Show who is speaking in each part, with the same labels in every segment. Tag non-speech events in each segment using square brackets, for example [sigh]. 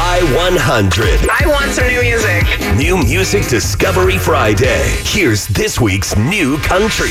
Speaker 1: Y100.
Speaker 2: I want some new music.
Speaker 1: New Music Discovery Friday. Here's this week's new country.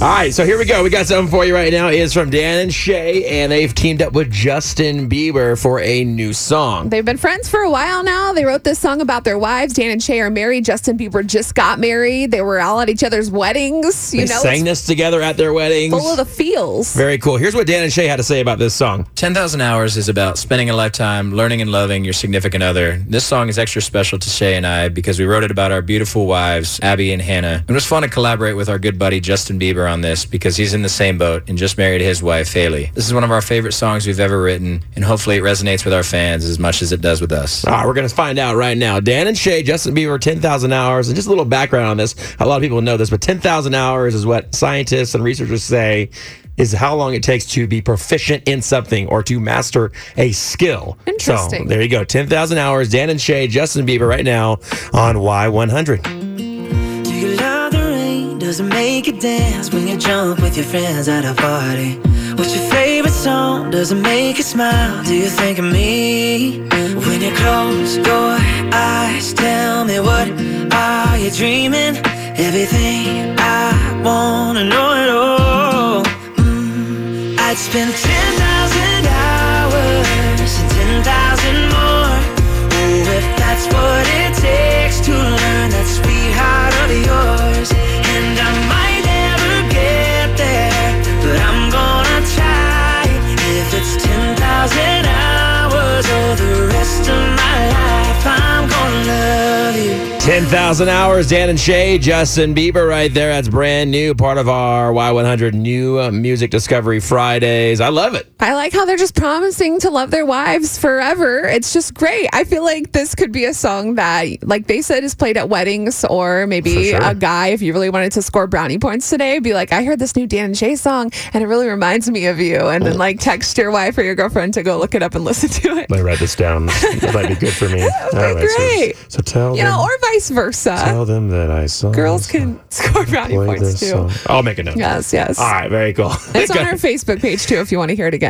Speaker 3: All right, so here we go. We got something for you right now. It's from Dan and Shay, and they've teamed up with Justin Bieber for a new song.
Speaker 4: They've been friends for a while now. They wrote this song about their wives. Dan and Shay are married. Justin Bieber just got married. They were all at each other's weddings. You
Speaker 3: They
Speaker 4: know,
Speaker 3: sang this together at their weddings.
Speaker 4: it's full of the feels.
Speaker 3: Very cool. Here's what Dan and Shay had to say about this song.
Speaker 5: 10,000 hours is about spending a lifetime learning and loving your significant other. This song is extra special to Shay and I because we wrote it about our beautiful wives, Abby and Hannah. It was fun to collaborate with our good buddy Justin Bieber on this because he's in the same boat and just married his wife, Haley. This is one of our favorite songs we've ever written, and hopefully it resonates with our fans as much as it does with us.
Speaker 3: All right, we're going to find out right now. Dan and Shay, Justin Bieber, 10,000 hours. And just a little background on this. A lot of people know this, but 10,000 hours is what scientists and researchers say is how long it takes to be proficient in something or to master a skill.
Speaker 4: Interesting.
Speaker 3: So there you go. 10,000 hours. Dan and Shay, Justin Bieber right now on Y100.
Speaker 6: Do you love the rain? Does it make you dance when you jump with your friends at a party? What's your favorite song? Does it make you smile? Do you think of me? When you close your eyes, tell me what are you dreaming? Everything I wanna know at all. Mm, I'd spend 10,000 hours and 10,000 more. Oh, if that's what it takes to learn that sweetheart of yours. And I might never get there, but I'm gonna try. If it's 10,000 hours or the rest of my life, I'm gonna love you.
Speaker 3: 10,000 hours. Dan and Shay, Justin Bieber right there. That's brand new, part of our Y100 new uh, music discovery Fridays. I love it.
Speaker 4: I like how they're just promising to love their wives forever. It's just great. I feel like this could be a song that, like they said, is played at weddings or maybe
Speaker 3: For sure.
Speaker 4: a guy, if you really wanted to score brownie points today, be like, I heard this new Dan and Shay song and it really reminds me of you. And then, like, text your wife or your girlfriend to go look it up and [laughs] listen to
Speaker 3: Let
Speaker 4: it.
Speaker 3: me write this
Speaker 4: [laughs]
Speaker 3: down. This might be good for me. All right, so-
Speaker 4: great.
Speaker 3: So, tell
Speaker 4: You
Speaker 3: them,
Speaker 4: know, or vice versa.
Speaker 3: tell them that I saw.
Speaker 4: Girls
Speaker 3: this
Speaker 4: can [laughs] score brownie
Speaker 3: song. Ah, Play
Speaker 4: points
Speaker 3: this
Speaker 4: too.
Speaker 3: song. I'll make a note.
Speaker 4: Yes, yes. [laughs]
Speaker 3: All right, very cool.
Speaker 4: It's on our Facebook page too if you want to hear it again.